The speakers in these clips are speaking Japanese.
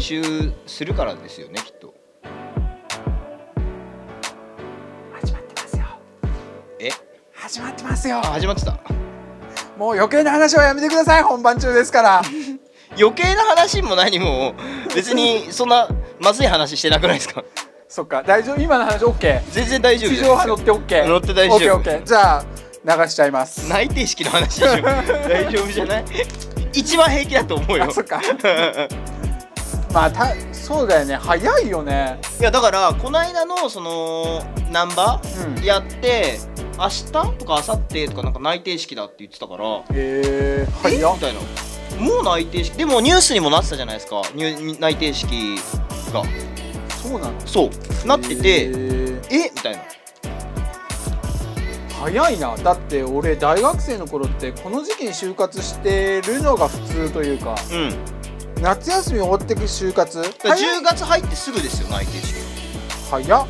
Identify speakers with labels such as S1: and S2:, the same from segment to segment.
S1: 習するからですよねきっと
S2: 始まってますよ
S1: え
S2: 始まってますよ
S1: あ始まってた
S2: もう余計な話はやめてください本番中ですから
S1: 余計な話も何も別にそんなまずい話してなくないですか
S2: そっか大丈夫今の話 OK
S1: 全然大丈夫
S2: 地
S1: です
S2: 上波乗って OK
S1: 乗って大丈夫
S2: OKOK じゃあ流しちゃいます
S1: 内定式の話で しょ大丈夫じゃない一番平気だと思うよ
S2: あそっかまあたそうだよね早いよね
S1: いやだからこの間のそのナンバ
S2: うん
S1: ーやって、明日とか明後日とかなんか内定式だって言ってたから
S2: へえ
S1: え
S2: 早っ
S1: みたいなもう内定式でもニュースにもなってたじゃないですかニュに内定式が
S2: そうなの
S1: そうなって
S2: へ
S1: て
S2: ー
S1: えみたいな
S2: 早いなだって俺大学生の頃ってこの時期に就活してるのが普通というか
S1: うん
S2: 夏休み終わってく就活
S1: だから
S2: 早い
S1: 10月入ってすぐですよ内定式
S2: 早っ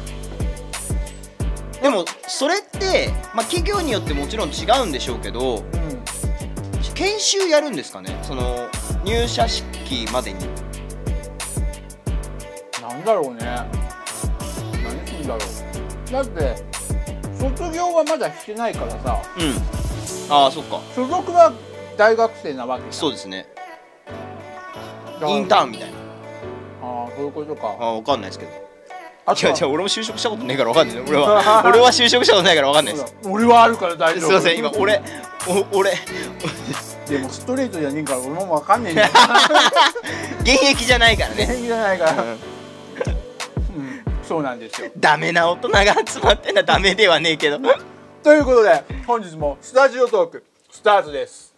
S1: でもそれって、まあ、企業によってもちろん違うんでしょうけど
S2: うん
S1: 研修やるんですかねその入社式までに
S2: なんだろうね何するんだろうだって卒業はまだしてないからさ
S1: うんああそっか
S2: 所属は大学生なわけじゃん
S1: そうですね
S2: だから
S1: インターンみたいな
S2: ああそういうことか
S1: あ分かんないですけど
S2: あ
S1: いやじゃあ俺も就職したことないから分かんないね俺 は俺は就職したことないから分かんないです
S2: 俺はあるから大丈
S1: すい
S2: 夫
S1: ません 今俺お俺
S2: でもストレートじゃねえから俺もわかんねえんだよ
S1: 現役じゃない からね、
S2: 全員じゃないから、
S1: うん
S2: うん、そうなんですよ
S1: ダメな大人が集まってんのはダメではねえけど
S2: ということで本日もスタジオトークスタートです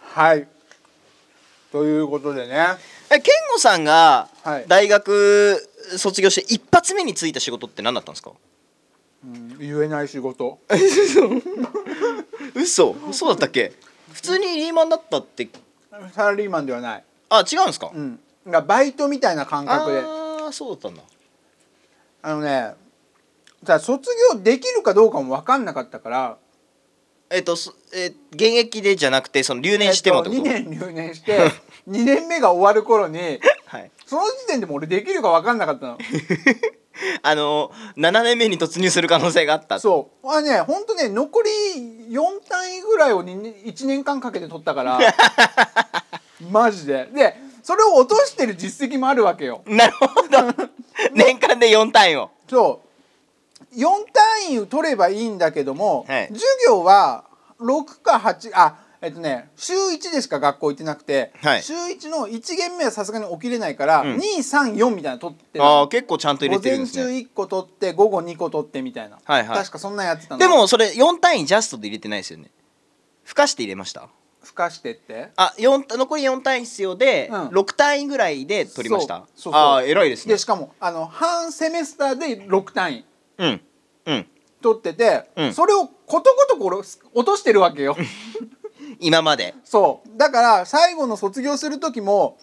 S2: はいということでね
S1: え健吾さんが
S2: はい
S1: 大学卒業して一発目に就いた仕事って何だったんですか
S2: うん言えない仕事
S1: 嘘そうだったっけ普通にリーマンだったって
S2: サラリーマンではない、
S1: あ違うんですか、
S2: うん、がバイトみたいな感覚であ
S1: ああそうだったんだ
S2: のねさ卒業できるかどうかも分かんなかったから
S1: えっ、とすえー現役でじゃなくてその留年してもってこと、
S2: えっと2年留年して 2年目が終わる頃に
S1: はい
S2: その時点でもう俺できるか分かんなかっ たの
S1: あの7年目に突入する可能性があった
S2: そうあねほんとね残り4単位ぐらいをに1年間かけて取ったから マジででそれを落としてる実績もあるわけよ
S1: なるほ ど年間で4単位を
S2: そう4単位を取ればいいんだけども、
S1: はい
S2: 授業は6か8あえっとね週1でしか学校行ってなくて、
S1: はい
S2: 週1の1限目はさすがに起きれないから、
S1: うん
S2: 234みたいなの取ってた
S1: ああ結構ちゃんと入れ
S2: 午
S1: てるん
S2: 前
S1: です
S2: 中
S1: ね
S2: 1個取って午後2個取ってみたいな、
S1: はいはい
S2: 確かそんなんやってたの
S1: でもそれ4単位ジャストで入れてないですよねふかして入れました
S2: ふかしてって
S1: あ四残り4単位必要で、
S2: うん
S1: 六6単位ぐらいで取りました
S2: そうそうそう
S1: ああ偉いですね
S2: でしかもあの半セメスターで6単位
S1: うんうん
S2: 取ってて、
S1: うん
S2: それをことごとく俺落としてるわけよ
S1: 今まで
S2: そうだから最後の卒業する時も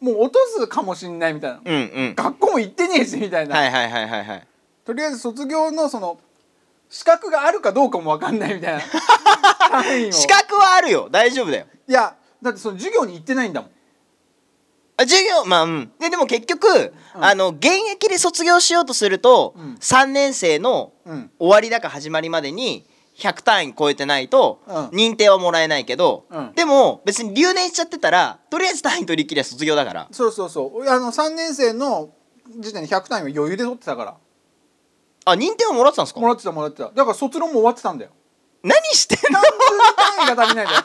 S2: もう落とすかもしんないみたいな、
S1: うんうん
S2: 学校も行ってねえしみたいな、
S1: はいはいはいはいはい
S2: とりあえず卒業のその資格があるかどうかも分かんないみたい な単位を
S1: 資格はあるよ大丈夫だよ
S2: いやだってその授業に行ってないんだもん
S1: あ授業まあうんででも結局、
S2: うん
S1: あの現役で卒業しようとすると、
S2: うん
S1: 三3年生の
S2: うん
S1: 終わりだか始まりまでに100単位超えてないと
S2: うん
S1: 認定はもらえないけど、
S2: うん
S1: でも別に留年しちゃってたらとりあえず単位取り切りは卒業だから
S2: そうそうそうあの3年生の時点で100単位は余裕で取ってたから
S1: あ認定はもらってたんですか
S2: もらってたもらってただから卒論も終わってたんだよ
S1: 何してんの
S2: 単純単位が足りないんだよ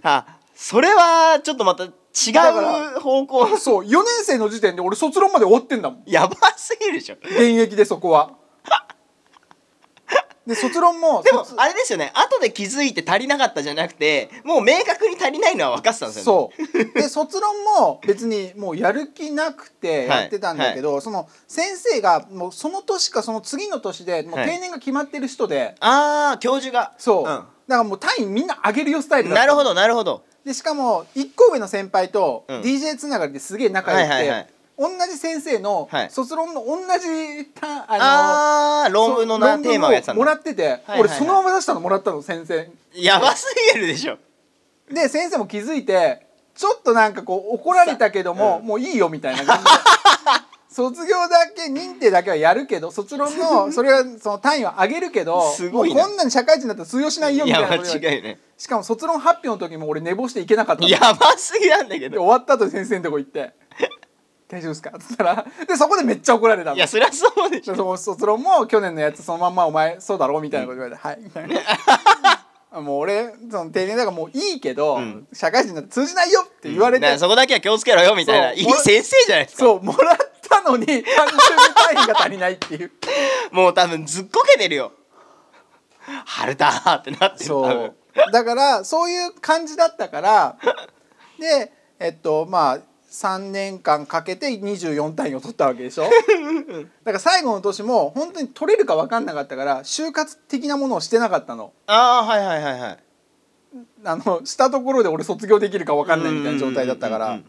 S1: あそれはちょっとまた違
S2: だか
S1: う方向
S2: そう4年生の時点で俺卒論まで終わってんだもん
S1: やばすぎるでしょ
S2: 現役でそこはで卒論も
S1: でも
S2: 卒
S1: あれですよね後で気づいて足りなかったじゃなくてもう明確に足りないのは分かってたんですよね
S2: そうで卒論も別にもうやる気なくて
S1: はい
S2: やってたんだけど、その先生がもうその年かその次の年でもう
S1: はい
S2: 定年が決まってる人で、
S1: ああ教授が
S2: そう、
S1: ん
S2: だからもう単位みんな上げるよスタイルだった
S1: なるほどなるほど
S2: でしかも1個上の先輩と
S1: うん
S2: DJ つながりですげえ仲良くて、
S1: はいはいはい
S2: 同じ先生の
S1: はい
S2: 卒論の同じたあ
S1: あ
S2: の
S1: ー論文のな
S2: そう
S1: テーマをやってたん
S2: もら
S1: だ
S2: ってて、
S1: はい
S2: 俺そのまま出したのもらったの先生
S1: やばすぎるでしょ
S2: で先生も気づいてちょっとなんかこう怒られたけども、
S1: う
S2: もういいよみたい な感じで卒業だけ認定だけはやるけど卒論 のそれはその単位は上げるけど
S1: すごいな
S2: もうこんなに社会人だったら通用しないよ
S1: い
S2: みたい
S1: や
S2: なこと言われて
S1: 間違いない
S2: しかも卒論発表の時も俺寝坊していけなかったの
S1: やばすぎなんだけ
S2: で
S1: ど
S2: 終わった後先生のとこ行って「大丈夫ですか?」っつったらでそこでめっちゃ怒られたの
S1: いやそりゃそうでし
S2: そ
S1: ょ
S2: の卒論も去年のやつそのまんまお前そうだろみたいなこと言われて「はい」みたいなもう俺その定年だからもういいけど、
S1: うん
S2: 社会人なんて通じないよって言われて、
S1: だからそこだけは気をつけろよみたいな
S2: そう
S1: いい先生じゃないですか
S2: そうもらったのに単純に単位が足りないっていう
S1: も う多分ずっこけてるよ春田ーってなってる多
S2: そ
S1: 分
S2: うだからそういう感じだったからでえっとまあ3年間かけて24単位を取ったわけでし ょだから最後の年も本当に取れるか分かんなかったから就活的なものをしてなかったの
S1: ああはいはいはいはい
S2: あのしたところで俺卒業できるか分かんないみたいな状態だったか
S1: うんうん
S2: ら
S1: うん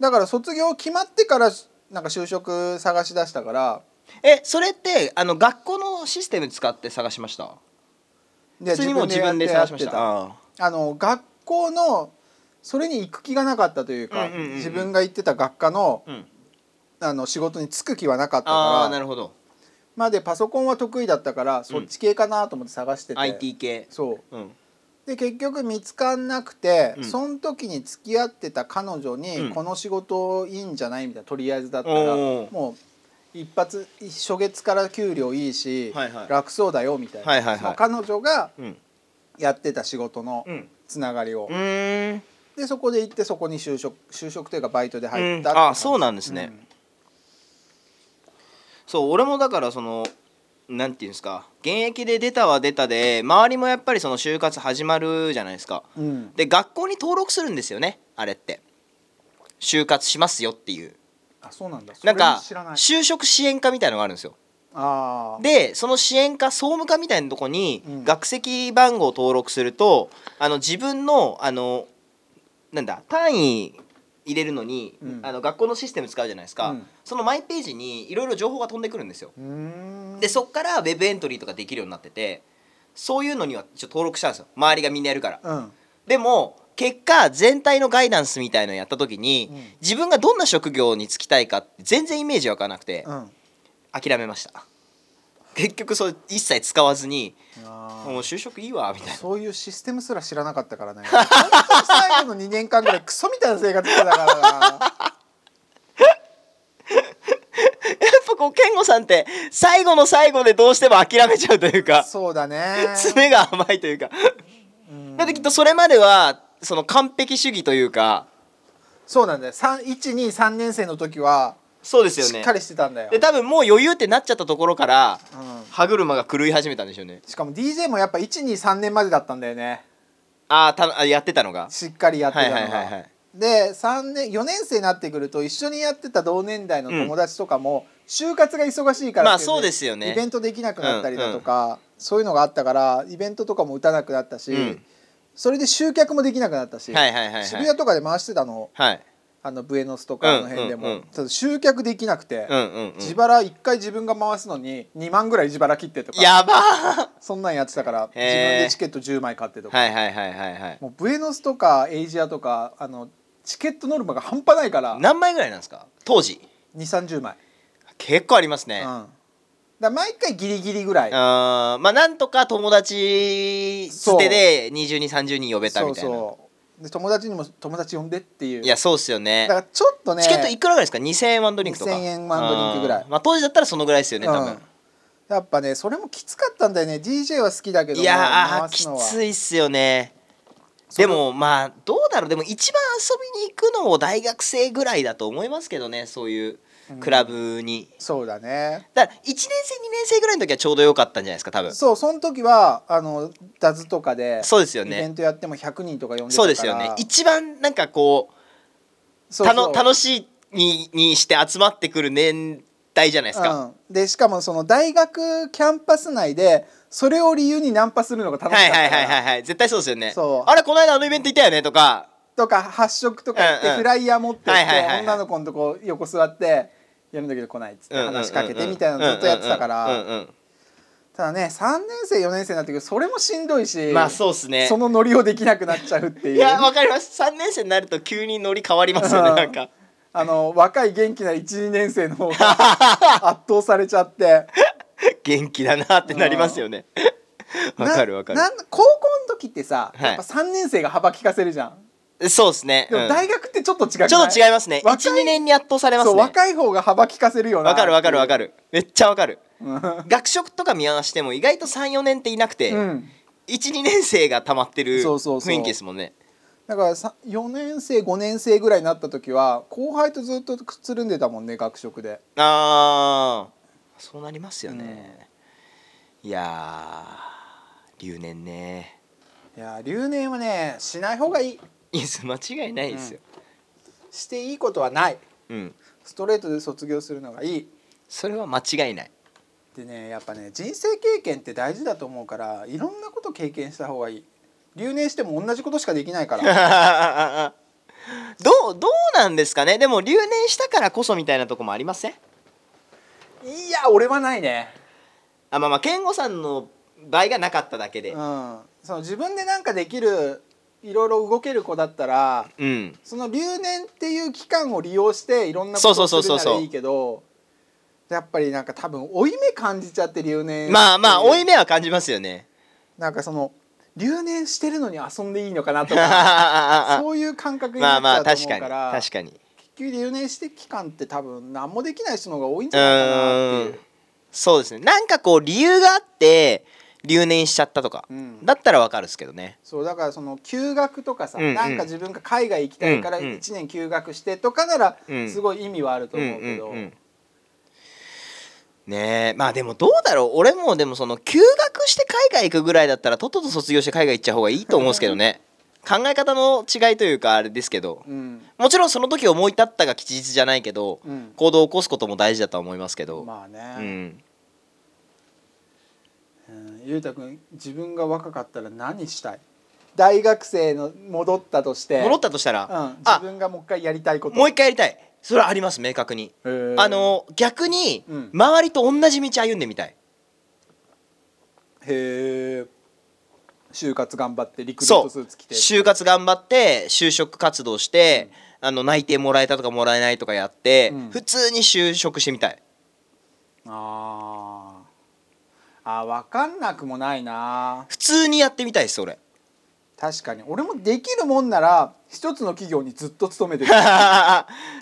S2: だから卒業決まってからなんか就職探し出したから
S1: えそれってあの学校のシステム使って探しました
S2: で
S1: 普通にもう自分で
S2: やっ
S1: 探し
S2: て
S1: ました
S2: やって
S1: あ
S2: たあの学校のそれに行く気がなかったというか、
S1: うんうんうんうん
S2: 自分が行ってた学科の
S1: ー、うん、
S2: あの仕事に就く気はなかった
S1: あー
S2: か
S1: な
S2: ら
S1: るほど
S2: まあでパソコンは得意だったからそっち系かなと思って探してて、
S1: IT 系
S2: そう
S1: うん
S2: で結局見つかんなくて、
S1: うん
S2: その時に付き合ってた彼女に、
S1: うん
S2: この仕事いいんじゃないみたいなとりあえずだったら
S1: おー
S2: もう一発初月から給料いいし、
S1: はいはい
S2: 楽そうだよみたいな、
S1: はいはいはい
S2: その彼女が
S1: うん
S2: やってた仕事の
S1: うん
S2: つながりを、
S1: うーん
S2: でそこで行ってそこに就職就職というかバイトで入ったって感じ、
S1: あそうなんですね、そう俺もだからそのなんていうんですか現役で出たは出たで周りもやっぱりその就活始まるじゃないですか
S2: うん、うん
S1: で学校に登録するんですよねあれって就活しますよっていう
S2: あそうなんだそ
S1: な
S2: れ
S1: んか
S2: 知らない
S1: 就職支援課みたいのがあるんですよ
S2: あー
S1: でその支援課総務課みたいなとこに
S2: うん
S1: 学籍番号を登録するとあの自分のあのなんだ単位入れるのに、
S2: うん
S1: あの学校のシステム使うじゃないですか、
S2: うん
S1: そのマイページにいろいろ情報が飛んでくるんですよ
S2: うーん
S1: でそっからウェブエントリーとかできるようになっててそういうのには一応登録したんですよ周りがみんなやるから
S2: うん
S1: でも結果全体のガイダンスみたいのやった時に、
S2: うん
S1: 自分がどんな職業に就きたいかって全然イメージわからなくて、
S2: うん
S1: 諦めました結局それ一切使わずに
S2: あー
S1: もう就職いいわみたいな
S2: そういうシステムすら知らなかったからね 本当に最後の2年間ぐらいクソみたいな生活してたから
S1: やっぱこう健吾さんって最後の最後でどうしても諦めちゃうという
S2: な
S1: か
S2: そうだ ね
S1: 爪が甘いというか
S2: うん
S1: だってきっとそれまではその完璧主義というか
S2: そうなんだよ123年生の時は
S1: そうですよ
S2: し
S1: ね
S2: っかりしてたんだよ、
S1: で多分もう余裕ってなっちゃったところから
S2: うん、
S1: 歯車が狂い始めたんでしょうね
S2: しかも DJ もやっぱ123年までだったんだよね
S1: あーたあやってたのが
S2: しっかりやってたの
S1: は
S2: が、
S1: いはいはいはい
S2: で三年4年生になってくると一緒にやってた同年代の友達とかも、就活が忙しいから
S1: まあ
S2: ってい
S1: そうですよね
S2: イベントできなくなったりだとか、そういうのがあったからイベントとかも打たなくなったし、
S1: うん
S2: それで集客もできなくなったし、
S1: はいはいはいはい
S2: 渋谷とかで回してたの
S1: はい
S2: あのブエノスとかあの辺でも、
S1: うんうんうん
S2: ちょっと集客できなくて、
S1: うんうん、う
S2: 自腹1回自分が回すのに2万ぐらい自腹切ってと
S1: ん、
S2: か
S1: やばー
S2: そんなんやってたから自分
S1: へー
S2: でチケット10枚買ってとか。
S1: はいはいはいはいはい
S2: もうブエノスとかエイジアとかあのチケットノルマが半端ないから
S1: 何枚ぐらいなんですか当時
S2: 2三3 0枚、
S1: 結構あります
S2: う
S1: ね、
S2: ん、だ
S1: あ
S2: から毎回ギリギリぐらい
S1: あーまあなんとか友達捨てで2230人呼べた
S2: そ
S1: み
S2: う
S1: たいな
S2: そうで友達にも友達呼んでっていう
S1: いやそうっすよね
S2: だからちょっとね
S1: チケットいくらぐらいですか2000円ワンドリンクとか
S2: 2000円ワンドリンクぐらい
S1: あーまあ当時だったらそのぐらいですよね多分、
S2: うんやっぱねそれもきつかったんだよね DJ は好きだけど
S1: いやー
S2: 回
S1: き
S2: すのは
S1: ついっすよね
S2: そ
S1: で
S2: れ
S1: もまあどうだろうでも一番遊びに行くのも大学生ぐらいだと思いますけどねそういうクラブに、
S2: そうだね
S1: だから1年生2年生ぐらいの時はちょうど良かったんじゃないですか多分そ
S2: そうその時はあのダズとかで
S1: うですよ
S2: イベ
S1: ね
S2: ントやっても100人とか呼んでたか
S1: そ
S2: ら
S1: うですよね一番なんかこう
S2: そう
S1: た
S2: そ
S1: の
S2: う
S1: 楽しいににして集まってくる年代じゃないですか、
S2: うん、でしかもその大学キャンパス内でそれを理由にナンパするのが楽
S1: は
S2: し
S1: い
S2: かっ
S1: はい
S2: たか
S1: はいはい
S2: ら
S1: はい絶対そうですよね
S2: そう
S1: あれこの間あのイベントいたよねとか
S2: とか発色とか言っ
S1: うん
S2: て
S1: うん
S2: フライヤー持ってっ
S1: は
S2: て
S1: いはいはいはい
S2: 女の子のとこ横座って「やるんだけど来ない」っつって話しかけてみたいなのずっとやってたか
S1: うん
S2: ら
S1: うん
S2: ただね3年生4年生になってくるとそれもしんどいし
S1: まあそうっすね
S2: そのノリをできなくなっちゃうっていう
S1: いやわかります3年生になると急にノリ変わりますよね
S2: うん
S1: なんか
S2: あの若い元気な12年生の方 が圧倒されちゃって
S1: 元気だなってなりますよねわかるわか
S2: ななん高校の時ってさ、
S1: はい
S2: やっぱ3年生が幅利かせるじゃん
S1: るそうですね
S2: で
S1: う
S2: も
S1: ん
S2: 大学ってちょっと違くない、
S1: ちょっと違いますね
S2: 若い
S1: 12年に圧倒されます
S2: そう
S1: ね
S2: 若い方が幅利かせるよな
S1: わかるわかるわか
S2: る、
S1: るめっちゃわかる
S2: うん
S1: 学食とか見回しても意外と34年っていなくて、
S2: うん
S1: 12年生が溜まってる
S2: そうそうそう
S1: 雰囲気ですもんね
S2: だからさ4年生5年生ぐらいになった時は後輩とずっとつるんでたもんね学食で
S1: ああそうなりますよね、いやー留年ね
S2: いやー留年はねしない方がいい
S1: いやそれ間違いないですよ
S2: していいことはない
S1: うん、
S2: ストレートで卒業するのがいい
S1: それは間違いない
S2: でねやっぱね人生経験って大事だと思うからいろんなこと経験した方がいい留年しても同じことしかできないか ら
S1: どうどうなんですかねでも留年したからこそみたいなとこもありません
S2: いや俺はないね
S1: あまあまあ健吾さんの場合がなかっただけ
S2: う
S1: で
S2: んその自分でなんかできるいろいろ動ける子だったら
S1: うん
S2: その留年っていう期間を利用していろんなことをす
S1: そうそうそうそう
S2: るな
S1: そう
S2: らいいけどやっぱりなんか多分負い目感じちゃって留年
S1: まあまあ負い
S2: 目
S1: 目は感じますよね
S2: なんかその留年してるのに遊んでいいのかなと か
S1: ま
S2: そういう感覚に
S1: あ
S2: なっち ゃ
S1: まあ
S2: うと
S1: 確
S2: 思
S1: か
S2: う
S1: に
S2: から
S1: 確かに
S2: 結局留年して期間って多分何もできない人の方が多いん
S1: う
S2: じゃないかなって
S1: ー
S2: い
S1: ん
S2: う。
S1: そうですねなんかこう理由があって留年しちゃったとか、
S2: うん
S1: だったらわかるですけどね
S2: そうだからその休学とかさ、
S1: うんうん
S2: なんか自分が海外行きたいから
S1: うんうん
S2: 1年休学してとかなら
S1: うん
S2: すごい意味はあると
S1: うん
S2: 思うけど、
S1: うんうんねえまあでもどうだろう俺もでもその休学して海外行くぐらいだったらとっとと卒業して海外行っちゃう方がいいと思うんですけど ね考え方の違いというかあれですけど
S2: うん
S1: もちろんその時思い立ったが吉日じゃないけど、
S2: うん
S1: 行動を起こすことも大事だとは思いますけど、
S2: まあ
S1: う
S2: ね、
S1: ん、
S2: うんゆうたくん自分が若かったら何したい大学生の戻ったとして
S1: 戻ったとしたら、
S2: うん、自
S1: あ
S2: 分がもう一回やりたいこと
S1: もう一回やりたいそれはあります明確に
S2: へー
S1: あの逆に
S2: うん
S1: 周りと同じ道歩んでみたい、
S2: へえ就活頑張ってリクルー
S1: そ
S2: ト
S1: う
S2: スーツ着て
S1: 就活頑張って就職活動して、あの内定もらえたとかもらえないとかやって、
S2: うん
S1: 普通に就職してみたい
S2: あーあ分かんなくもないな
S1: 普通にやってみたいです俺
S2: 確かに俺もできるもんなら一つの企業にずっと勤 めてる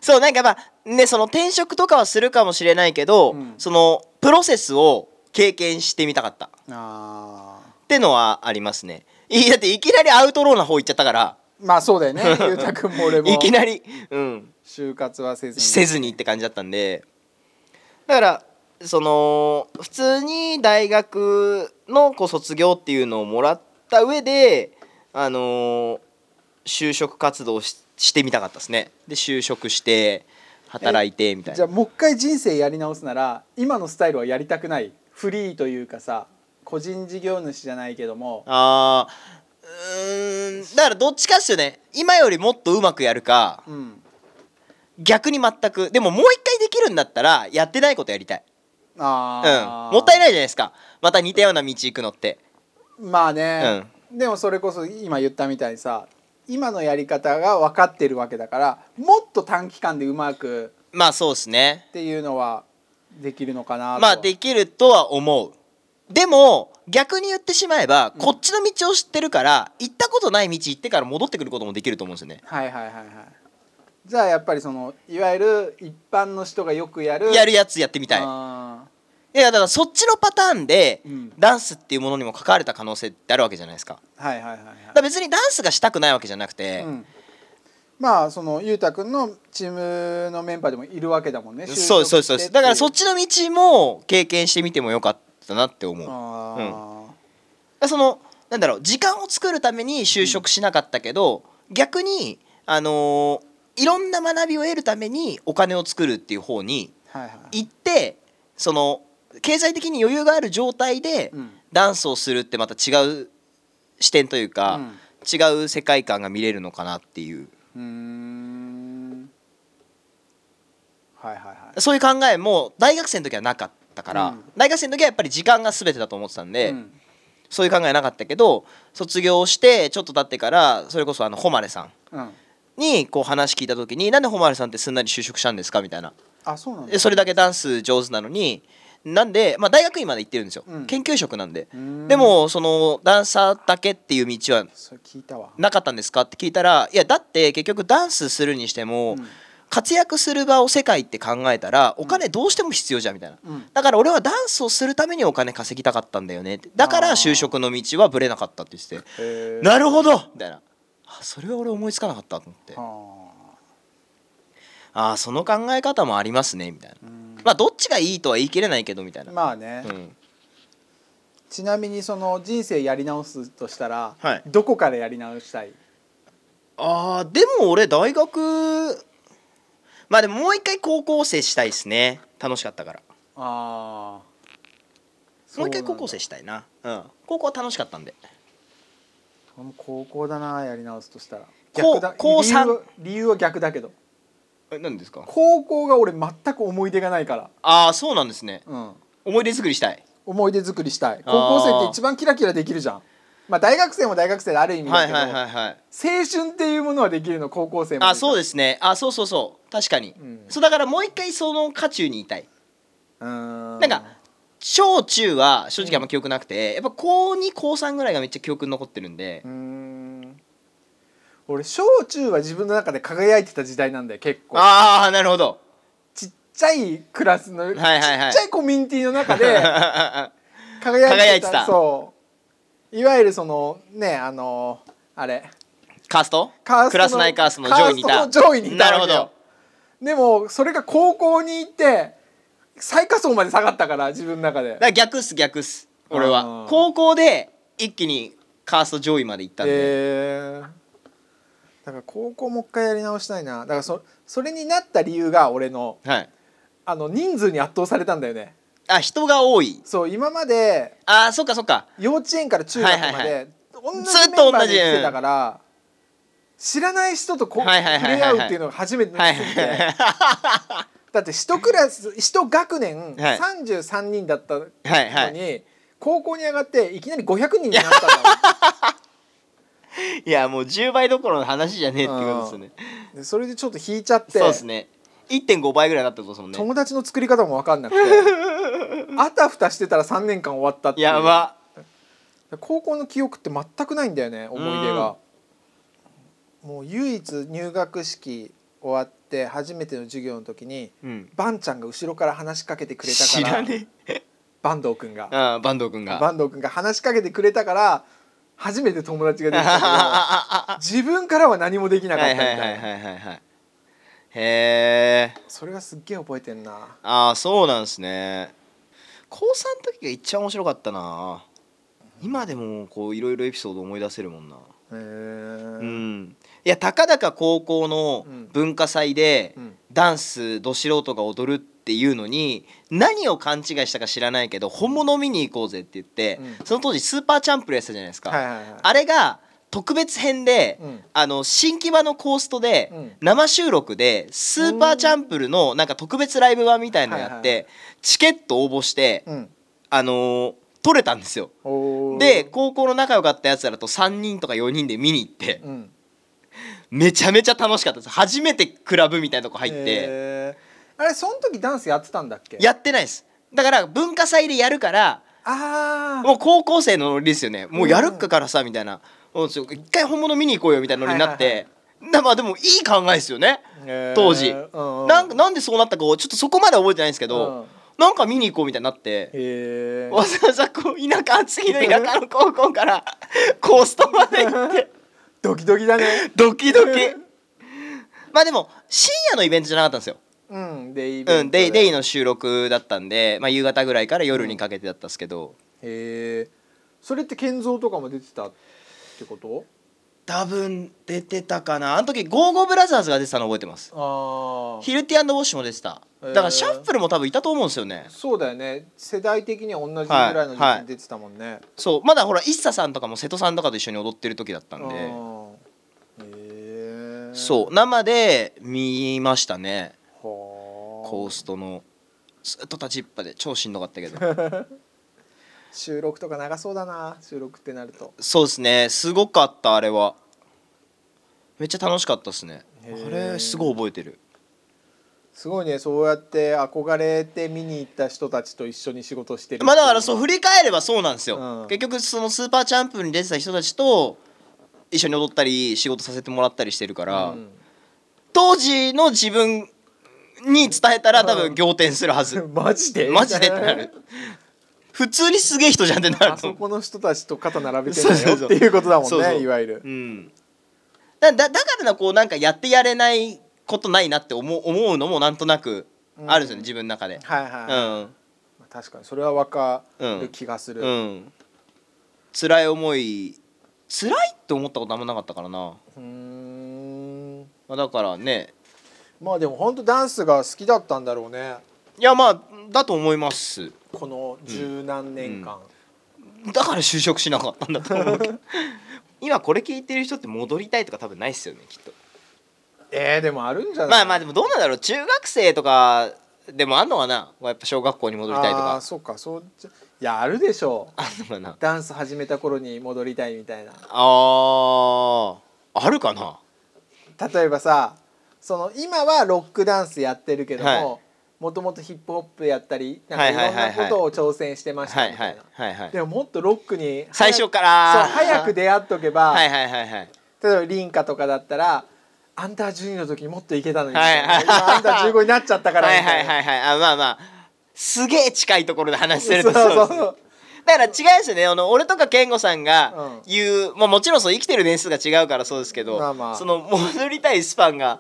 S1: そうなんかまあねその転職とかはするかもしれないけど、
S2: うん
S1: そのプロセスを経験してみたかったっ
S2: あー
S1: てのはありますねいだっていきなりアウトローな方行っちゃったから
S2: まあそうだよねゆうたくんも俺 も
S1: いきなりうん
S2: 就活はせずに
S1: せずにって感じだったんでだからその普通に大学のこう卒業っていうのをもらった上であのー就職活動をししてみたかったですねで就職して働いてみたい
S2: じゃ
S1: な
S2: あもう一回人生やり直すなら今のスタイルはやりたくないフリーというかさ個人事業主じゃないけども
S1: あーうーんだからどっちかっすよね今よりもっとうまくやるか
S2: うん
S1: 逆に全くでももう一回できるんだったらやってないことやりたい、うん、
S2: あー
S1: もったいないじゃないですかまた似たような道行くのって
S2: まあね、でもそれこそ今言ったみたいにさ今のやり方が分かってるわけだからもっと短期間でうまく
S1: まあそうですね
S2: っていうのはできるのかなと
S1: まあできるとは思うでも逆に言ってしまえば、こっちの道を知ってるから行ったことない道行ってから戻ってくることもできると思うんですよね、
S2: はいはいはいはいじゃあやっぱりそのいわゆる一般の人がよくやる
S1: やるやつやってみたい
S2: あ
S1: いやだからそっちのパターンで、
S2: うん
S1: ダンスっていうものにも関われた可能性ってあるわけじゃないですかだ
S2: ーはいはいはいはい
S1: から別にダンスがしたくないわけじゃなくて、
S2: うん、まあそのゆうたくんのチームのメンバーでもいるわけだもんね
S1: そうですそうですそうですだからそっち
S2: ち
S1: の道も経験してみてもよかったなって思う
S2: あ
S1: そのなんだろう時間を作るために就職しなかったけど、逆にあのーいろんな学びを得るためにお金を作るっていう方に
S2: ーはいはい
S1: 行ってその経済的に余裕がある状態で、
S2: うん
S1: ダンスをするってまた違う視点というか、
S2: うん
S1: 違う世界観が見れるのかなっていう
S2: うーんはいはいはい
S1: そういう考えも大学生の時はなかったから、
S2: うん
S1: 大学生の時はやっぱり時間が全てだと思ってたんで、
S2: うん
S1: そういう考えなかったけど卒業してちょっと経ってからそれこそあの誉さん
S2: うん、
S1: にこう話聞いた時に「なんで誉さんってすんなり就職したんですか?」みたいな
S2: あそうなんだ
S1: でそれだけダンス上手なのになんで、まあ、大学院まで行ってるんですよ、
S2: うん
S1: 研究職なんで
S2: う、ーん
S1: でもそのダンサーだけっていう道は
S2: それ聞いたわ
S1: なかったんですかって聞いたらいやだって結局ダンスするにしても、
S2: うん
S1: 活躍する場を世界って考えたらお金どうしても必要じゃんみたいな、
S2: うん
S1: だから俺はダンスをするためにお金稼ぎたかったんだよねってだから
S2: あー
S1: 就職の道はぶれなかったって言ってて
S2: へー
S1: なるほどみたいなあそれは俺思いつかなかったと思って
S2: あ
S1: ああその考え方もありますねみたいな
S2: ーうん
S1: まあどっちがいいとは言い切れないけどみたいな、
S2: まあね、
S1: うん、
S2: ちなみにその人生やり直すとしたら、
S1: はい
S2: どこからやり直したい
S1: あーでも俺大学まあでももう一回高校生したいですね楽しかったから
S2: ああ
S1: もう一回高校生したいなうん高校は楽しかったんで
S2: 高校だなやり直すとしたら
S1: 高
S2: 逆だ
S1: 高三
S2: 理由は理由は逆だけど
S1: え何ですか
S2: 高校が俺全く思い出がないから、
S1: ああそうなんですね
S2: うん、
S1: 思い出作りしたい
S2: 思い出作りした
S1: あ
S2: い
S1: ー
S2: 高校生って一番キラキラできるじゃんまあ大学生も大学生である意味だ
S1: は
S2: け
S1: い
S2: ど、
S1: はいはいはい
S2: 青春っていうものはできるの高校生も
S1: あそうですすねあそうそうそう確かに、
S2: うん
S1: そうだからもう一回その渦中にいたい
S2: な
S1: なんか小中は正直あんま記憶なくて、やっぱ高2高3ぐらいがめっちゃ記憶に残ってるんで、
S2: うーん俺小中は自分の中で輝いてた時代なんだよ結構
S1: ああなるほど
S2: ちっちゃいクラスの、
S1: いはいはい
S2: ちっちゃいコミュニティの中で輝いてた
S1: 輝いてた
S2: そういわゆるそのねあのあれ
S1: カースト
S2: カーストの
S1: クラス内カーストの上位にい
S2: カ
S1: た
S2: ーストの上位にいたわ
S1: な
S2: け
S1: る
S2: よ
S1: ほど
S2: でもそれが高校に行って最下層まで下がったから自分の中で
S1: だから逆っす逆っす俺
S2: あ
S1: は
S2: ー
S1: 高校で一気にカースト上位まで行ったんで、
S2: えーだから高校もう一回やり直したいなだからそそれになった理由が俺の
S1: はい
S2: あの人数に圧倒されたんだよね
S1: あ人が多い
S2: そう今まで
S1: あーそっかそっか
S2: 幼稚園から中学まで、
S1: はいはいは
S2: 同じメン
S1: ずっ
S2: バ
S1: と
S2: ー
S1: 同
S2: で
S1: じ
S2: 来てたから知らない人とこう
S1: はいはい
S2: 触
S1: はいはいは
S2: れ
S1: い
S2: 合うっていうのが初めての
S1: はい
S2: す ぎて、だって一クラス一学年
S1: はい
S2: 33人だったのに、
S1: はいは
S2: 高校に上がっていきなり500人になったの
S1: いやもう10倍どころの話じゃねえってことですよね
S2: でそれでちょっと引いちゃって
S1: そうですね1.5倍ぐらいになったってことですもんね
S2: 友達の作り方も分かんなくてあたふたしてたら3年間終わったっていう
S1: やば
S2: 高校の記憶って全くないんだよね思い出がもう唯一入学式終わって初めての授業の時に
S1: うん
S2: バンちゃんが後ろから話しかけてくれた
S1: 知
S2: から
S1: ね
S2: 坂東くんが
S1: ああ坂東くんが
S2: 坂東くんが話しかけてくれたから初めて友達ができたけど 自分からは何もできなかっ
S1: は
S2: た
S1: い
S2: みた
S1: はいい
S2: な、
S1: はいはいはいはいへえ
S2: それがすっげえ覚えてんな
S1: ああそうなんですね高3の時が一番面白かったな今でもこういろいろエピソード思い出せるもんな
S2: へえ
S1: うん、いやたかだか高校の文化祭で
S2: うん
S1: ダンスど素人が踊るっていうのに何を勘違いしたか知らないけど本物を見に行こうぜって言って、
S2: うん
S1: その当時スーパーチャンプルやってたじゃないですか、
S2: はいはいはい
S1: あれが特別編で、
S2: うん
S1: あの新木場のコーストで
S2: うん
S1: 生収録でスーパーチャンプルのなんか特別ライブ版みたいなのやっ
S2: はいは
S1: てチケット応募して
S2: うん
S1: あのー取れたんですよ
S2: おー
S1: で高校の仲良かったやつらと3人とか4人で見に行って
S2: うん
S1: めちゃめちゃ楽しかったです初めてクラブみたいなとこ入って
S2: へーあれその時ダンスやってたんだっけ
S1: やってないですだから文化祭でやるから
S2: ああ
S1: もう高校生のノリですよねもうやるっかからさみたいなもうちょ一回本物見に行こうよみたいなノリになっ
S2: はいは
S1: てなまあでもいい考えですよね当時な
S2: なん
S1: かなんでそうなったかをちょっとそこまでは覚えてないんですけ
S2: うん
S1: どなんか見に行こうみたいになって
S2: へえ
S1: わざわざこう田舎厚木の田舎の高校から コーストまで行って
S2: ドキドキだね
S1: ドキドキ まあでも深夜のイベントじゃなかったんですよ、
S2: うんデイ
S1: うん、デイデイ
S2: の
S1: の収録だったんで、まあ、夕方ぐらいから夜にかけてだったんですけど、
S2: へえそれって健三とかも出てたってこと
S1: 多分出てたかなあの時ゴーゴーブラザーズが出てたの覚えてます
S2: あ
S1: ヒルティウォッシュも出てただからシャッフルも多分いたと思うんですよね
S2: そうだよね世代的には同じぐらいの時期に出てたもんね、
S1: そうまだほら ＩＳＳＡ さんとかも瀬戸さんとかと一緒に踊ってる時だったんで
S2: あーへえ
S1: そう生で見ましたねコ
S2: こ
S1: ーストのずっと立ちっぱで超しんどかったけど
S2: 収録とか長そうだな収録ってなると
S1: そうですねすごかったあれはめっちゃ楽しかったですね
S2: へ
S1: あ
S2: ー
S1: れすごい覚えてる
S2: すごいねそうやって憧れて見に行った人たちと一緒に仕事してる
S1: まあだからそう振り返ればそうなんですよ、
S2: うん
S1: 結局そのスーパーチャンプに出てた人たちと一緒に踊ったり仕事させてもらったりしてるから、当時の自分に伝えたら多分仰天するは ず、
S2: うん、 マジで
S1: マジでってな る普通にすげえ人じゃんってな
S2: あ
S1: ると
S2: そ
S1: 思
S2: この人たちと肩並べてん
S1: そう
S2: だ
S1: そう
S2: よ
S1: そう
S2: っていうことだもんね
S1: そうそう
S2: いわゆる
S1: う、うん、だだだからなこうなんかやってやれないことないなって思う思うのもなんとなくあるんですよね、
S2: うん
S1: 自分の中で、
S2: はいはい、
S1: う
S2: ま
S1: ん
S2: あ確かにそれは分かる気がする、
S1: うん辛い思い辛いって思ったことあんまなかったからな、
S2: うーん
S1: まあ、だからね
S2: まあでも本当ダンスが好きだったんだろうね
S1: いやまあだと思います
S2: この十何年間、
S1: だから就職しなかったんだと思うけ ど今これ聞いてる人って戻りたいとか多分ないっすよねきっと
S2: えー、でもあるんじゃない
S1: まあまあでもどうなんだろう中学生とかでもあんのかなやっぱ小学校に戻りたいと
S2: あー
S1: か
S2: そうかそうじゃいやあるでしょう
S1: あんのかな
S2: ダンス始めた頃に戻りたいみたいな
S1: あーあるかな
S2: 例えばさその今はロックダンスやってるけど
S1: はい
S2: ももともとヒップホップやったりなんか
S1: はいいはい
S2: ろ
S1: はい
S2: ん
S1: はい
S2: なことを挑戦してまし
S1: は
S2: た
S1: い
S2: み
S1: は
S2: たい
S1: い
S2: な
S1: はいはい
S2: でももっとロックに
S1: 最初か
S2: 早
S1: ら
S2: くそう早く出会っとけば、
S1: はいはいはいはい
S2: 例えばリンカとかだったらアンダー12の時にもっといけたのに、
S1: はいはい
S2: 今アンダー15になっちゃったからみ
S1: は
S2: た
S1: い
S2: いな
S1: はいはいはいあまあまあすげえ近いところで話してる
S2: そ
S1: と
S2: うそう
S1: ですね
S2: そう
S1: だから違うんですよねあの俺とか健吾さんが
S2: うん
S1: 言う、まあ、もちろんそう生きてる年数が違うからそうですけど、
S2: まあまあ
S1: その戻りたいスパンが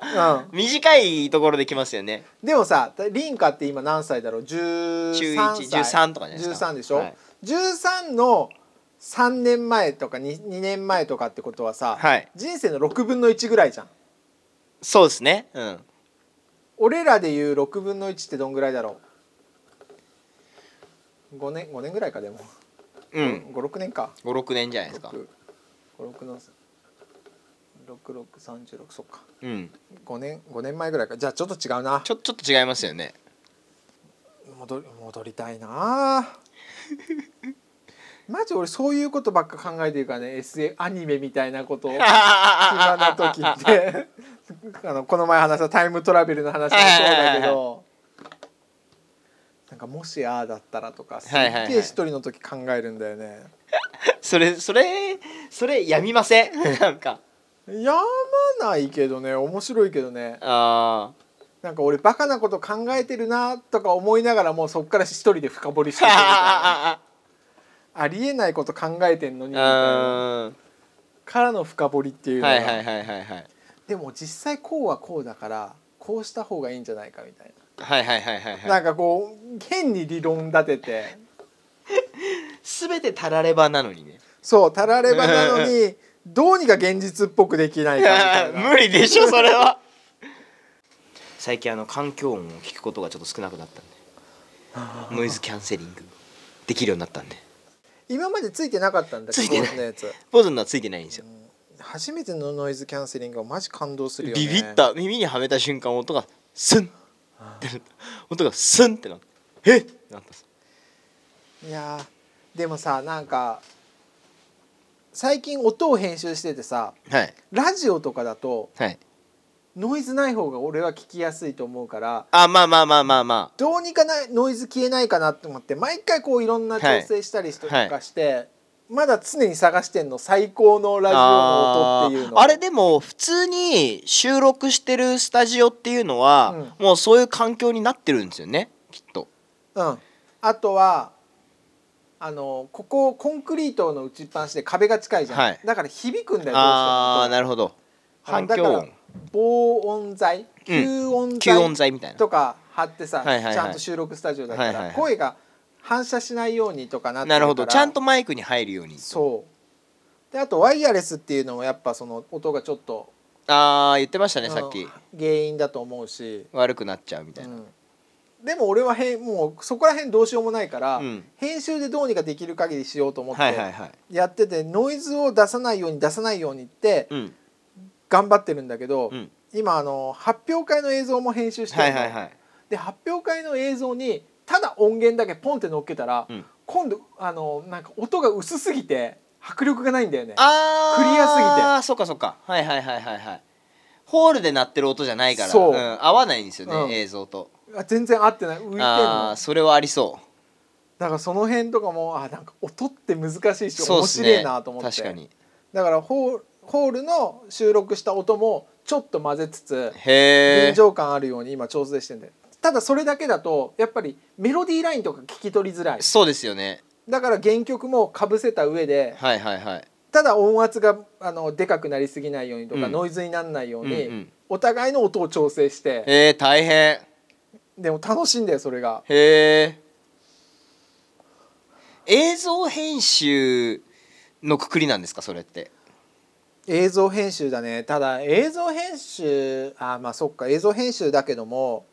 S2: う
S1: 短いところできますよね。
S2: でもさリンカって今何歳だろう13
S1: 11
S2: 歳
S1: 13とかじゃないですか
S2: 13でしょ、
S1: はい
S2: 13の3年前とか 2, 2年前とかってことはさ、
S1: はい
S2: 人生の6分の1ぐらいじゃん
S1: そうですね、うん、
S2: 俺らでいう6分の1ってどんぐらいだろう5年5年ぐらいかでも、
S1: うん、
S2: 56年か
S1: 56年じゃないですか、
S2: 56の6636そっか
S1: うん、
S2: 5年5年前ぐらいかじゃあちょっと違うな
S1: ちょちょっと違いますよ ね
S2: 戻り戻りたいな あマジ俺そういうことばっか考えてるからね SF アニメみたいなことを暇な時って あのこの前話したタイムトラベルの話もそうだけ
S1: はいはいはい
S2: どなんかもしああだったらとかすっ
S1: はいはいはい
S2: げえ一人の時考えるんだよね、
S1: それそれそれやみませんなんか
S2: やまないけどね面白いけどね
S1: あ
S2: なんか俺バカなこと考えてるなとか思いながらもうそっから一人で深掘りしてくるみたい な
S1: あ
S2: ありえないこと考えてんのにみたいな
S1: うん
S2: からの深掘りっていうのが、
S1: はいはいはいはいはい
S2: でも実際こうはこうだからこうした方がいいんじゃないかみたい
S1: はいはいはいはい
S2: な、
S1: は
S2: ないんかこう変に理論立てて
S1: 全てたらればなのにね
S2: そうたらればなの にどうにか現実っぽくできない
S1: い
S2: かみ
S1: や
S2: たい
S1: ー
S2: な
S1: 無理でしょそれは 最近あの環境音を聞くことがちょっと少なくなったんでノイズキャンセリングできるようになったんで
S2: 今までついてなかったんだ
S1: ついてない
S2: このやつ
S1: ポズンのはついてないんですよ
S2: 初めてのノイズキャンセリングはマジ感動するよね
S1: ビビった耳にはめた瞬間音がスンってなった音がスンってなったえっってなったんです
S2: いやーでもさなんか最近音を編集しててさ
S1: はい
S2: ラジオとかだと
S1: はい
S2: ノイズない方が俺は聞きやすいと思うから
S1: あまあまあまあまあま
S2: どうにかなノイズ消えないかなと思って毎回こういろんな調整したりしと
S1: はい
S2: かして、まだ常に探してんの最高のラ
S1: あ
S2: ジオの音っていうの
S1: あーあれでも普通に収録してるスタジオっていうのは、もうそういう環境になってるんですよねきっと
S2: うんあとはあのここコンクリートの打ちっぱなしで壁が近いじゃん、
S1: はい
S2: だから響くんだよどうしても
S1: ああなるほど
S2: あの
S1: 反
S2: だ
S1: 響
S2: から
S1: 音
S2: 防音材
S1: うん
S2: 吸音
S1: 吸音
S2: 材
S1: 材みたいな
S2: とか貼ってさ、
S1: はいはいはい
S2: ちゃんと収録スタジオだから、
S1: はいはいはい
S2: 声が反射しないようにとかなって
S1: なる
S2: るから
S1: ほどちゃんとマイクに入るように
S2: そうであとワイヤレスっていうのもやっぱその音がちょっと、
S1: ああ言ってましたねさっ
S2: う
S1: き
S2: ん原因だと思うし、
S1: 悪くなっちゃうみたいな、
S2: うんでも俺はへんもうそこら辺どうしようもないから、
S1: うん
S2: 編集でどうにかできる限りしようと思っ
S1: はいはい
S2: て
S1: はい
S2: やってて、ノイズを出さないように出さないようにって
S1: うん
S2: 頑張ってるんだけど、
S1: うん
S2: 今あの発表会の映像も編集してる
S1: は
S2: の
S1: いはいはい
S2: で発表会の映像にただ音源だけポンって乗っけたら、
S1: うん
S2: 今度あのなんか音が薄すぎて迫力がないんだよね。
S1: あー
S2: クリアすぎて
S1: そうかそうかはいはいはいはいはいホールで鳴ってる音じゃないから
S2: そうん
S1: 合わないんですよね、
S2: うん
S1: 映像と
S2: あ全然合ってない浮いてんの
S1: ああーそれはありそう
S2: だからその辺とかもあなんか音って難しいし
S1: そう
S2: 面
S1: っす
S2: 白
S1: ね
S2: いなと思って
S1: 確かに
S2: だからホールホールの収録した音もちょっと混ぜつつ
S1: へえ
S2: 臨場感あるように今調整してんだよただそれだけだとやっぱりメロディーラインとか聞き取りづらい
S1: そうですよね
S2: だから原曲もかぶせた上で
S1: はいはいはい
S2: ただ音圧があのでかくなりすぎないようにとか、
S1: うん
S2: ノイズにならないように、
S1: うんうん
S2: お互いの音を調整して
S1: えー、大変
S2: でも楽しいんだよそれが
S1: へえ映像編集のくくりなんですかそれって
S2: 映像編集だねただ映像編集あまあそっか映像編集だけども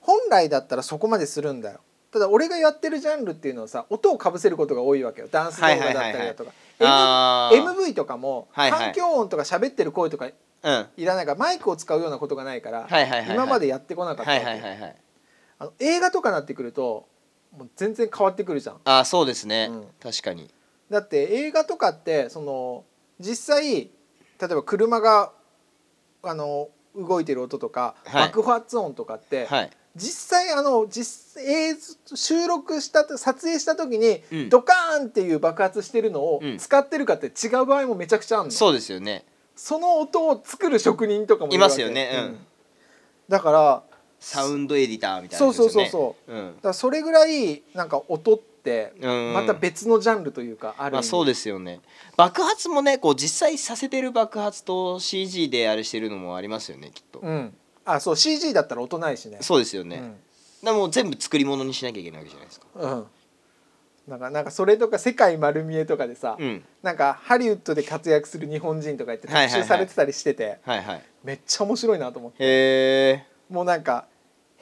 S2: 本来だったらそこまでするんだよただ俺がやってるジャンルっていうのはさ音をかぶせることが多いわけよダンス動画だったりだとか、
S1: あ
S2: M- MV とかも
S1: はいはい
S2: 環境音とか喋ってる声とか
S1: あうん
S2: いらないからマイクを使うようなことがないから、
S1: はいはいはいはい
S2: 今までやってこなかった
S1: は
S2: わ
S1: い
S2: け
S1: はいはいはい
S2: あの映画とかなってくるともう全然変わってくるじゃん
S1: ああそうですね、
S2: うん
S1: 確かに
S2: だって映画とかってその実際例えば車があの動いてる音とか、
S1: はい
S2: 爆発音とかって、
S1: はい
S2: 実際あの実映像収録したと撮影した時に、
S1: うん
S2: ドカーンっていう爆発してるのを
S1: うん
S2: 使ってるかって違う場合もめちゃくちゃあるの、
S1: そうですよね
S2: その音を作る職人とかもるわけ
S1: いますよねうん
S2: だからだか
S1: サウンドエディターみたいな、
S2: そうそうそう
S1: そう、うん
S2: らそれぐらいなんか音って
S1: うん
S2: また別のジャンルというかある意味、
S1: まあ、そうですよね爆発もねこう実際させてる爆発と CG であれしてるのもありますよねきっと、
S2: うん、あそう CG だったら音ないしね
S1: そうですよね、
S2: う
S1: だから
S2: ん
S1: もう全部作り物にしなきゃいけないわけじゃないですか
S2: うん、なんかなんかそれとか「世界丸見え」とかでさ、
S1: うん
S2: なんかハリウッドで活躍する日本人とか言って
S1: はいはい
S2: 特
S1: はい
S2: 集されてたりしてて、
S1: はいはい
S2: めっちゃ面白いなと思って
S1: へえ
S2: もうなんか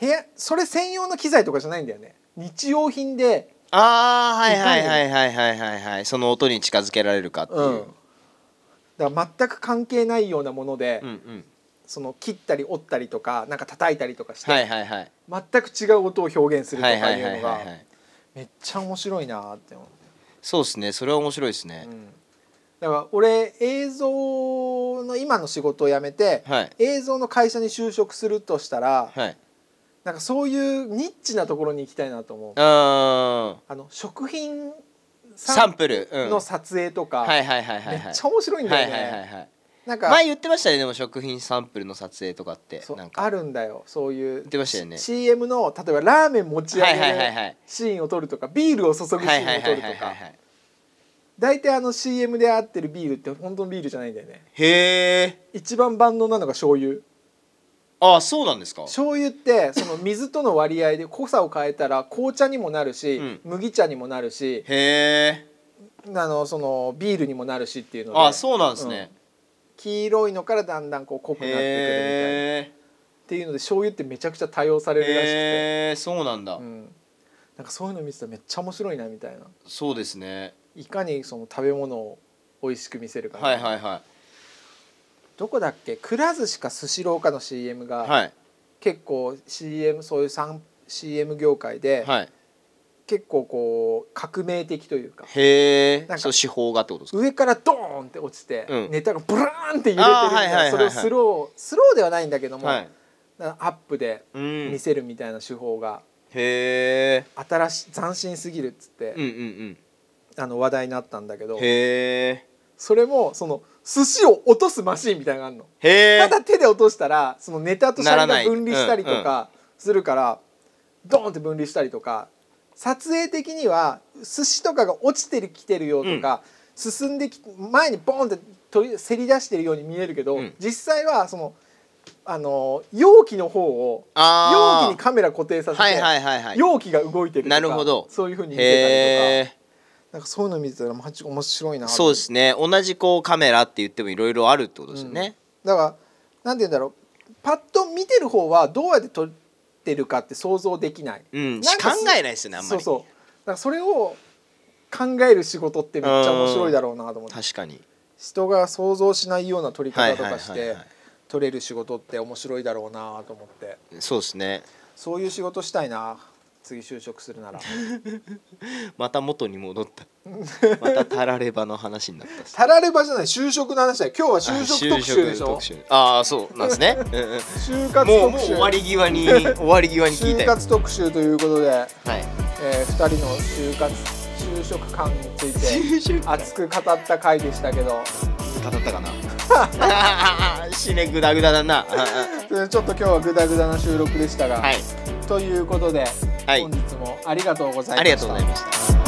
S2: 部屋それ専用の機材とかじゃないんだよね日用品で、
S1: ああはい
S2: いか
S1: は
S2: に
S1: いはいはいはいはいはいその音に近づけられるかっていう、
S2: うん、だから全く関係ないようなもので、
S1: うんうん
S2: その切ったり折ったりとかなんか叩いたりとかして、
S1: はいはいはい
S2: 全く違う音を表現すると
S1: は
S2: か
S1: いはいいは
S2: うの
S1: いはいは
S2: が
S1: い
S2: めっちゃ面白いなって思って。
S1: そうですねそれは面白いですね、
S2: うんだから俺映像の今の仕事を辞めて、
S1: はい
S2: 映像の会社に就職するとしたら、
S1: はい
S2: なんかそういうニッチなところに行きたいなと思う。
S1: あ
S2: あの食品
S1: サンプルうん
S2: の撮影とか、
S1: はいはいはいはいはい
S2: めっちゃ面白いんだよね。
S1: はいはいはいはい
S2: なんか
S1: 前言ってましたねでも食品サンプルの撮影とかって
S2: そう
S1: なんか
S2: あるんだよそういう
S1: 言ってましたよね
S2: CM の例えばラーメン持ち上げる
S1: はいはいはいはい
S2: シーンを撮るとかビールを注ぐシー
S1: はいは
S2: ン
S1: い
S2: を
S1: は
S2: 撮
S1: い
S2: る
S1: はい
S2: と
S1: は
S2: か
S1: い
S2: 大体あの CM で合ってるビールって本当のビールじゃないんだよね
S1: へえ
S2: 一番万能なのが醤油
S1: ああそうなんですか
S2: 醤油ってその水との割合で濃さを変えたら紅茶にもなるし、
S1: うん
S2: 麦茶にもなるし
S1: へえ
S2: あのそのビールにもなるしっていうので
S1: ああそうなんですね、
S2: 黄色いのからだんだんこう濃くなってくるみたいなっ
S1: へえ
S2: ていうので醤油ってめちゃくちゃ多用されるらしくて、
S1: へえそうなんだ、
S2: うん、なんかそういうの見てたらめっちゃ面白いなみたいな
S1: そうですね
S2: いかにその食べ物を美味しく見せるか、
S1: はいはいは
S2: どこだっけくら寿司かスシローかの CM が、
S1: いはい
S2: 結構 CM そういうサン CM 業界で、
S1: はい
S2: 結構こう革命的というか
S1: へえ
S2: なんか
S1: そう手法がってことですか
S2: 上からドーンって落ちて、
S1: うん
S2: ネタがブラーンって揺れてるみたいな、
S1: あーはいはいはいはい
S2: それをスロースローではないんだけども、
S1: はい
S2: なんかアップで
S1: うん
S2: 見
S1: へ
S2: せるみたいな手法が
S1: え
S2: 新し斬新すぎるっつって、
S1: うんうん
S2: あの話題になったんだけど
S1: うんへえ
S2: それもその寿司を落とすマシーンみたいなのがあるの。
S1: へえ
S2: ただ手で落としたらそのネタとシャリ
S1: ならな
S2: が
S1: い
S2: 分離したりとかするから、ドーンって分離したりとか撮影的には寿司とかが落ちてきてるよとか、進んでき前にボーンって取りせり出してるように見えるけど、
S1: うん
S2: 実際はそのあの容器の方を
S1: あ
S2: 容器
S1: ー
S2: にカメラ固定させて、
S1: はいはいはいはい
S2: 容器が動いてるとか
S1: なるほど
S2: そういうふうに見せたりとか
S1: へえ
S2: なんかそういうの見てたらマジ面白いなと
S1: そうですね同じこうカメラって言ってもいろいろあるってことですよね、
S2: だからなんて言うんだろうパッと見てる方はどうやって撮ってるかって想像できない、
S1: うん
S2: なんか
S1: 考えないですよねあんまり
S2: そうそうだからそれを考える仕事ってめっちゃ面白いだろうなと思って
S1: 確かに
S2: 人が想像しないような撮り
S1: はい
S2: 方と
S1: はいはい、
S2: かして
S1: は
S2: 撮れる仕事って面白いだろうなと思って
S1: い、そうですね
S2: そういう仕事したいな次就職するなら
S1: また元に戻った またタラレバの話になったっす
S2: たらればじゃない就職の話だよ今日は就職特集で
S1: あ就
S2: し
S1: 職
S2: ょ
S1: 特集ああそうなんです ねうんうん
S2: 就活特集
S1: もうもう終わり際 に終わり際に聞いた
S2: 就
S1: よ
S2: 活特集ということで
S1: はい
S2: えー、2人の就活就職観について
S1: 就職観
S2: 熱く語った回でしたけど
S1: 語ったか な 死ねグダグダだな
S2: ちょっと今日はグダグダな収録でしたが、
S1: はい
S2: ということで、
S1: はい
S2: 本日もありがとうございました。
S1: ありがとうございました